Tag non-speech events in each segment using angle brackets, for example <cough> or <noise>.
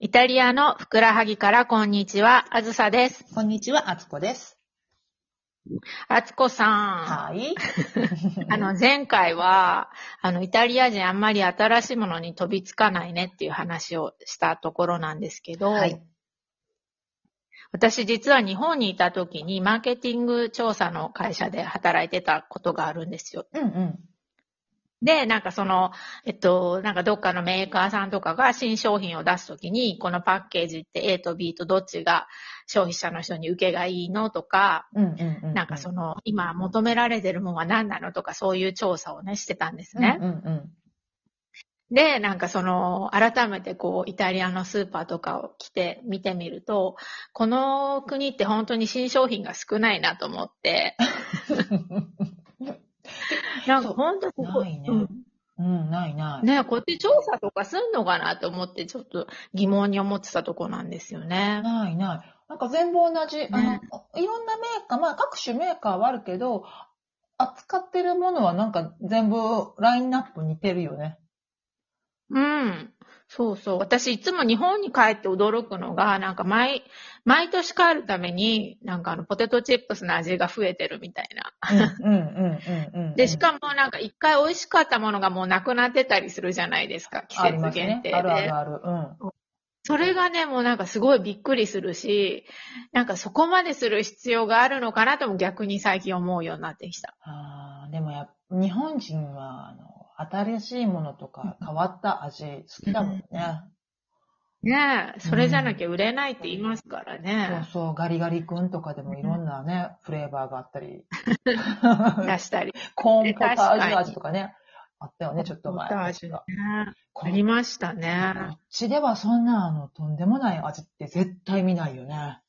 イタリアのふくらはぎからこんにちは、あずさです。こんにちは、あつこです。あつこさはい。ん。あの、前回は、あの、イタリア人あんまり新しいものに飛びつかないねっていう話をしたところなんですけど、はい。私実は日本にいた時にマーケティング調査の会社で働いてたことがあるんですよ。うんうん。で、なんかその、えっと、なんかどっかのメーカーさんとかが新商品を出すときに、このパッケージって A と B とどっちが消費者の人に受けがいいのとか、うんうんうん。なんかその、今求められてるもんは何なのとかそういう調査をね、してたんですうんね。うんうん。で、なんかその、改めてこう、イタリアのスーパーとかを来て見てみると、この国って本当に新商品が少ないなと思 <laughs> って、なんか本当ここないねうんうん、ないない。ねこっち調査とかすんのかなと思って、ちょっと疑問に思ってたとこなんですよね。ないない。なんか全部同じ、あのね、いろんなメーカー、まあ各種メーカーはあるけど、扱ってるものはなんか全部ラインナップ似てるよね。うん。そうそう。私いつも日本に帰って驚くのが、なんか毎、毎年帰るために、なんかあの、ポテトチップスの味が増えてるみたいな。うんうんうんうんうん。 <laughs> で、しかもなんか一回美味しかったものがもうなくなってたりするじゃないですか。季ありま節すね限定で。あるあるある。うん。それがね、もうなんかすごいびっくりするし、なんかそこまでする必要があるのかなとも逆に最近思うようになってきた。あーでもやっぱ日本人は、あの、新しいものとか変わった味好きだもんね。ねえ、それじゃなきゃ売れないって言いますからね。そうそう、ガリガリ君とかでもいろんなね、フレーバーがあったり。出したり。 <laughs> コーンポタージュ味とかね。あったよね、ちょっと前。ポタージュね確か。こありましたね。こっちではそんな、あの、とんでもない味って絶対見ないよね。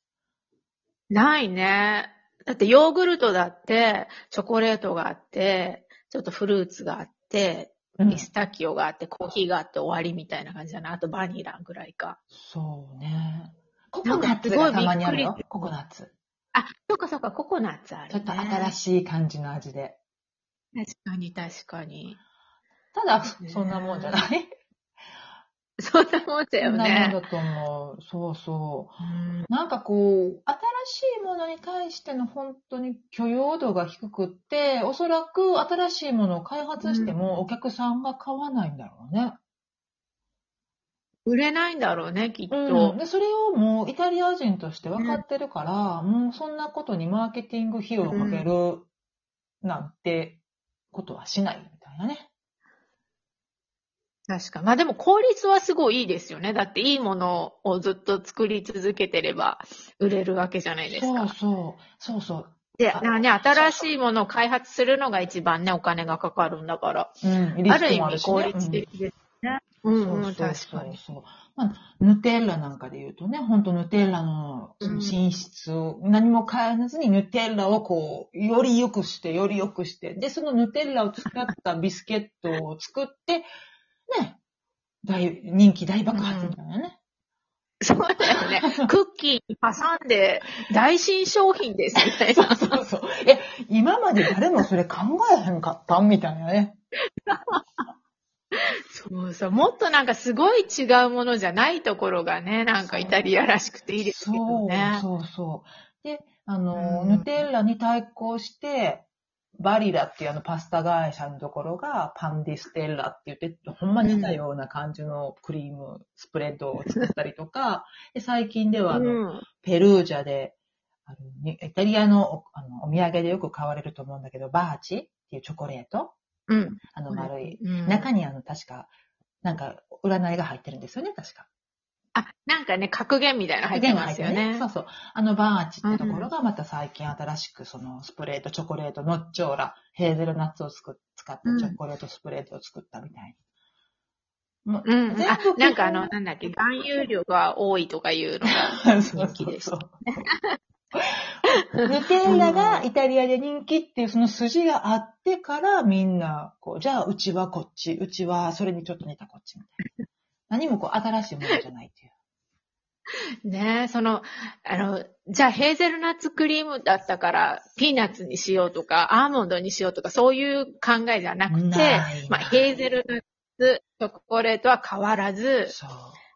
ないね。だってヨーグルトだって、チョコレートがあって、ちょっとフルーツがあって、うんピスタキオがあって、コーヒーがあって終わりみたいな感じだな。あとバニラぐらいか。そうね。ココナッツがたまにあるよ。ココナッツ。あ、そうかそうか、ココナッツある、ちょね。っと新い。しい感じの味で。確かに確かに。ただ、そんなもんじゃない。そんなもんだそよんなもねん。だと思う。そうそう。うんなんかこう、新しいものに対しての本当に許容度が低くって、おそらく新しいものを開発してもお客さんが買わないんだろうね。売れないんだろうね、きっと。うん、でそれをもうイタリア人として分かってるから、もうそんなことにマーケティング費用をかけるなんてことはしないみたいなね。確か。まあでも効率はすごいいいですよね。だっていいものをずっと作り続けてれば売れるわけじゃないですそかう。そう、そうそう。で、あなね、新しいものを開発するのが一番ね、お金がかかるんだから。うん、ある意も味効率的ですね。ううんん、うん、そうそう確そかうに。そう。まあ、ヌテッラなんかで言うとね、本当ヌテッラのその寝室を、何も変えずにヌテッラをこう、より良くして、より良くして、で、そのヌテッラを使ったビスケットを作って、ね、大、人気大爆発みたいなね。そうだよ <laughs> ね。クッキーに挟んで、大新商品ですみたいな。 <laughs> そうそう。え、今まで誰もそれ考えへんかったみたいなね。そうそう。もっとなんかすごい違うものじゃないところがね、なんかイタリアらしくていいですけどね。そうそうそう。で、あの、うんヌテッラに対抗して、バリラっていうあのパスタ会社のところがパンディステッラって言って、ほんま似たような感じのクリーム、スプレッドを作ったりとか、で最近ではあの、うん。ペルージャで、あのにイタリアのおあのお土産でよく買われると思うんだけど、バーチっていうチョコレートうん。あの丸い。うん中にあの、確か、なんか、占いが入ってるんですよね、確か。あ、なんかね、格言みたいなの入ってますよねそ。うそう。あのバーチってところがまた最近新しくそのスプレート、チョコレート、ノッチョーラ、ヘーゼルナッツをつく使ったチョコレートスプレートを作ったみたいな。も <laughs> ううん。あ、なんかあの、基なんだっけ、含有量が多いとかいうのが。本人気でしそうそうそう。ヌテッラがイタリアで人気っていうその筋があってからみんな、こう、じゃあうちはこっち、うちはそれにちょっと似たこっちみたいな。何もこう新しいものじゃないっていう。ねえ、その、あの、じゃあヘーゼルナッツクリームだったから、ピーナッツにしようとか、アーモンドにしようとか、そういう考えじゃなくて、ないまあ、ヘーゼルナッツ、チョコレートは変わらず、そう。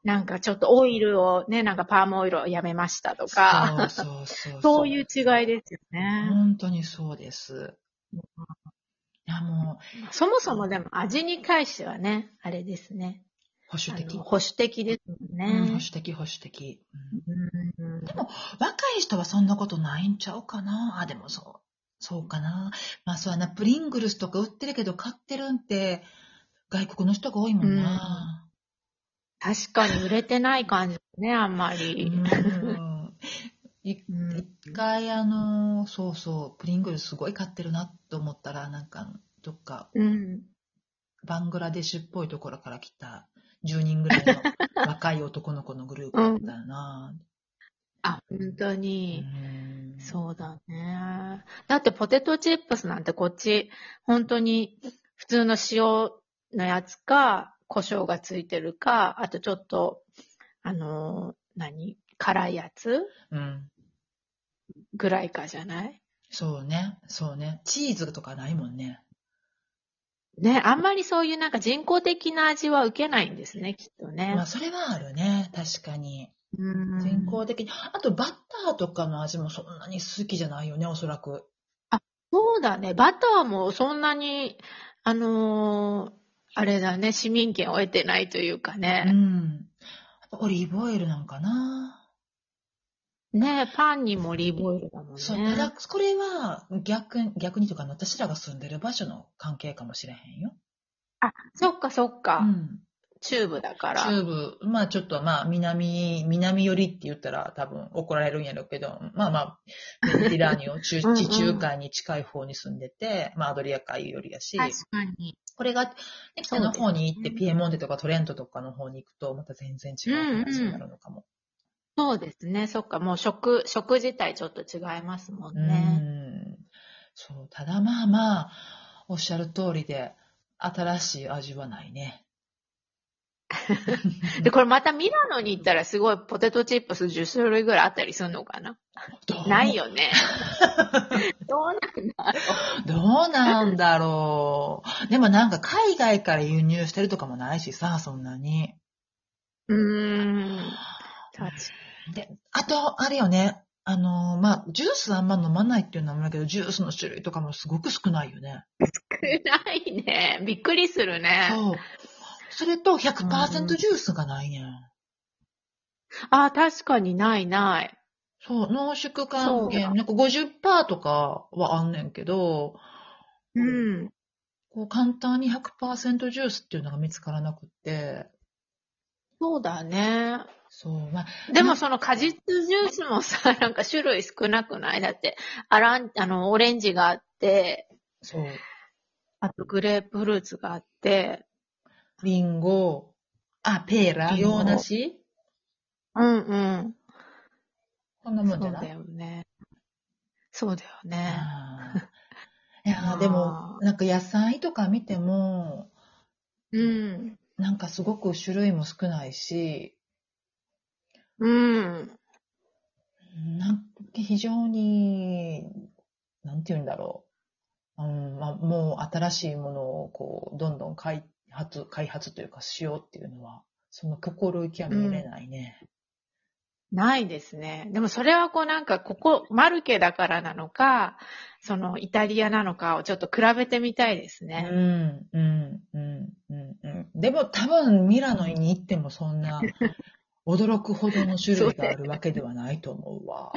なんかちょっとオイルをね、なんかパームオイルをやめましたとか、そうそうそうそう。そういう違いですよね。本当にそうです。いや、もう、そもそもでも味に関してはね、あれですね。保守あ的。の保守的ですもんうん、保ね守。的、保守的、うんうん若い人はそんなことないんちゃうかなあ、でもそう。そうかな。まあそうやな。プリングルスとか売ってるけど買ってるんって外国の人が多いもんな。確かに売れてない感じね、あんまり。うんいうん一回あの、そうそう、プリングルスすごい買ってるなと思ったら、なんかどっかうん。バングラデシュっぽいところから来た10人ぐらいの若い男の子のグループだったよな。あ、本当に。うんそうだね。だってポテトチップスなんてこっち、本当に普通の塩のやつか、胡椒がついてるか、あとちょっと、あのー、何辛いやつうん。ぐらいかじゃないそうね。そうね。チーズとかないもんね。ね、あんまりそういうなんか人工的な味は受けないんですね、きっとね。まあ、それはあるね。確かに。うん人工的に。あと、バッターとかの味もそんなに好きじゃないよね、おそらく。そうだね。バターもそんなに、あのーあれだね、市民権を得てないというかうね。ん。あとオリーブオイルなんかな。ねパンにもオリーブオイルだもんね。そう、ただ、これは逆に、逆にというか、私らが住んでる場所の関係かもしれへんよ。そっかそっか、うん。チューブだから。中部、まあちょっとまあ南、南寄りって言ったら多分怒られるんやろうけど、まあまあ、メディテラーニオン、<laughs> 中うんうん地中海に近い方に住んでて、まあアドリア海よりやし、確かに。これが、ね北の方に行っそうでて、すねピエモンテとかトレントとかの方に行くと、また全然違う話になるのかも。そうですね。そっか。もう食、食自体ちょっと違いますもんうんね。そう、ただまあまあ、おっしゃる通りで、新しい味はないね。で、これまたミラノに行ったらすごいポテトチップス10種類ぐらいあったりするのかなどうない。よ <laughs> ね。どうなんだろどうなんだろう。でもなんか海外から輸入してるとかもないしさ、そんなに。う。うーん。確かで、あと、あれよね。あのーまあ、ジュースあんま飲まないっていうのもあるけど、ジュースの種類とかもすごく少ないよね。にないね。びっくりするね。そう。それとうん100%ジュースがないねん。あ、確かにないない。そう、濃縮還そ元、うなんか50%とかはあんねんけど、うん。こう簡単に100%ジュースっていうのが見つからなくって、そうだね。そう、まあ、でもその果実ジュースもさ、 <laughs> なんか種類少なくないだって、アラン、あの、オレンジがあって、そう、あとグレープフルーツがあって、リンゴ、あ、ペーラ、リンゴ洋梨うんうん。こんなそもうんじゃなだいよね。そうだよね。あー <laughs> いやーでも、なんか野菜とか見ても、うん。なんかすごく種類も少ないし、うん。なん非常に、なんて言うんだろう。うんまあ、もう新しいものをこう、どんどん開発、開発というかしようっていうのは、その心意気は見れないね。ないですね。でもそれはこうなんか、ここ、マルケだからなのか、そのイタリアなのかをちょっと比べてみたいですうん、ね。うん、うん、うん。うんでも多分ミラノに行ってもそ <laughs> んな、驚くほどの種類があるわけではないと思うわ。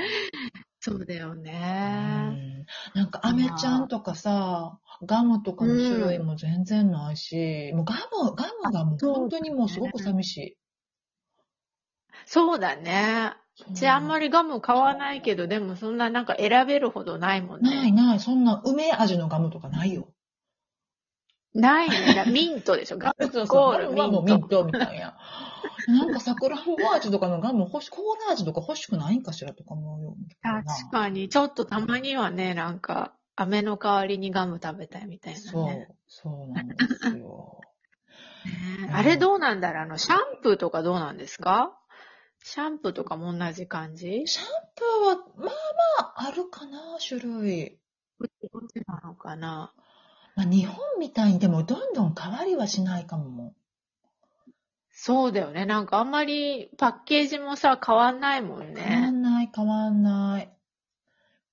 そうだようね。んなんか、アメちゃんとかさ、ガムとかの種類も全然ないし、もうガム、ガムがもう本当にもうすごく寂しい。そうだね。うちあんまり。りガム買わないけど、でもそんななんか選べるほどないもんね。ないない、そんな梅味のガムとかないよ。ないね。だ <laughs> ミントでしょ。ガムそうイコそう、ーガルムミはもうンミント。トみたいな。なんかさくらんぼ味とかのガム欲し、コーラ味とか欲しくないんかしらとか思うよ。確かに、ちょっとたまにはね、なんか、飴の代わりにガム食べたいみたいなね。そう、そうなんです <laughs> よ。ねあれどうなんだろうあの、シャンプーとかどうなんですかシャンプーとかも同じ感じシャンプーは、まあまあ、あるかな、種類。なのかなまあ、日本みたいにでもどんどん変わりはしないかも。そうだよね。なんかあんまりパッケージもさ、変わんないもん変ね。わんない、変わんない。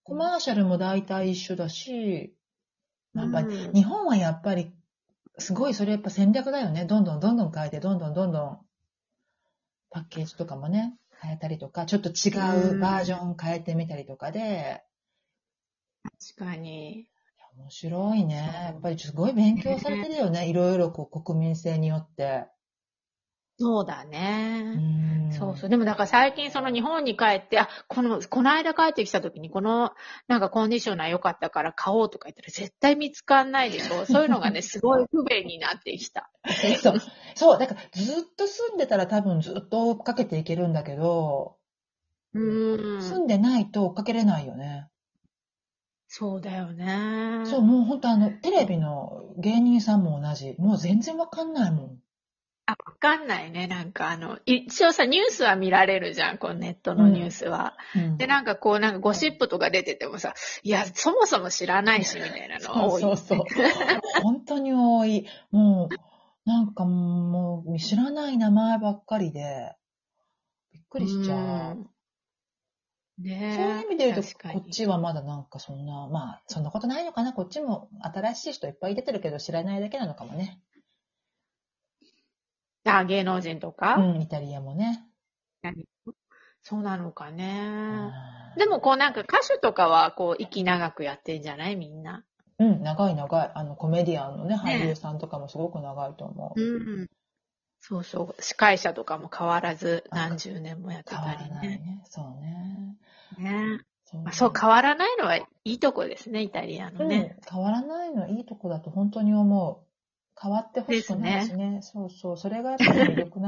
コマーシャルも大体一緒だし、やっぱうん日本はやっぱり、すごいそれやっぱ戦略だよね。どんどんどんどん変えて、どんどんどんどん、パッケージとかもね、変えたりとか、ちょっと違うバージョン変えてみたりとかで、確かに。面白いね。やっぱりすごい勉強されてるよね。いろいろこう国民性によって。そうだね。んそうそう。でもなんか最近その日本に帰って、あ、この、この間帰ってきた時にこのなんかコンディショナー良かったから買おうとか言ったら絶対見つかんないで <laughs> しょ。そういうのがね、すごい不便になってきた。 <laughs> そう。そう。だからずっと住んでたら多分ずっと追っかけていけるんだけど、う住ん。んでないと追っかけれないよね。そうだよね。そう、もう本当あの、テレビの芸人さんも同じ。もう全然わかんないもん。あ、わかんないね。なんかあの、一応さ、ニュースは見られるじゃん。こうネットのニュースは。うんで、なんかこう、なんかゴシップとか出ててもさ、いや、そもそも知らないし、みたいなのそう多い。そうそう。 <laughs> 本当に多い。もう、なんかもう、知らない名前ばっかりで、びっくりしちゃう。うん。ねえそういう意味で言うと、確かにこっちはまだなんかそんな、まあ、そんなことないのかな。こっちも新しい人いっぱい出てるけど、知らないだけなのかもね。あ、芸能人とか、うん、イタリアもね。そうなのかね。うんでもこうなんか歌手とかはこう息長くやってんじゃないみんな。うん、長い長い。あの、コメディアンのね、俳優さんとかもすごく長いと思う。うん。そうそう。司会者とかも変わらずなんか何十年もやって変たわらりないね。ね。そうね。ねそうまあ、そう変わらないのはいいとこですね、イタリアのね。うん、変わらないのいいとこだと本当に思う。変わってほしくないしね。そうそう。それがやっぱり魅力なん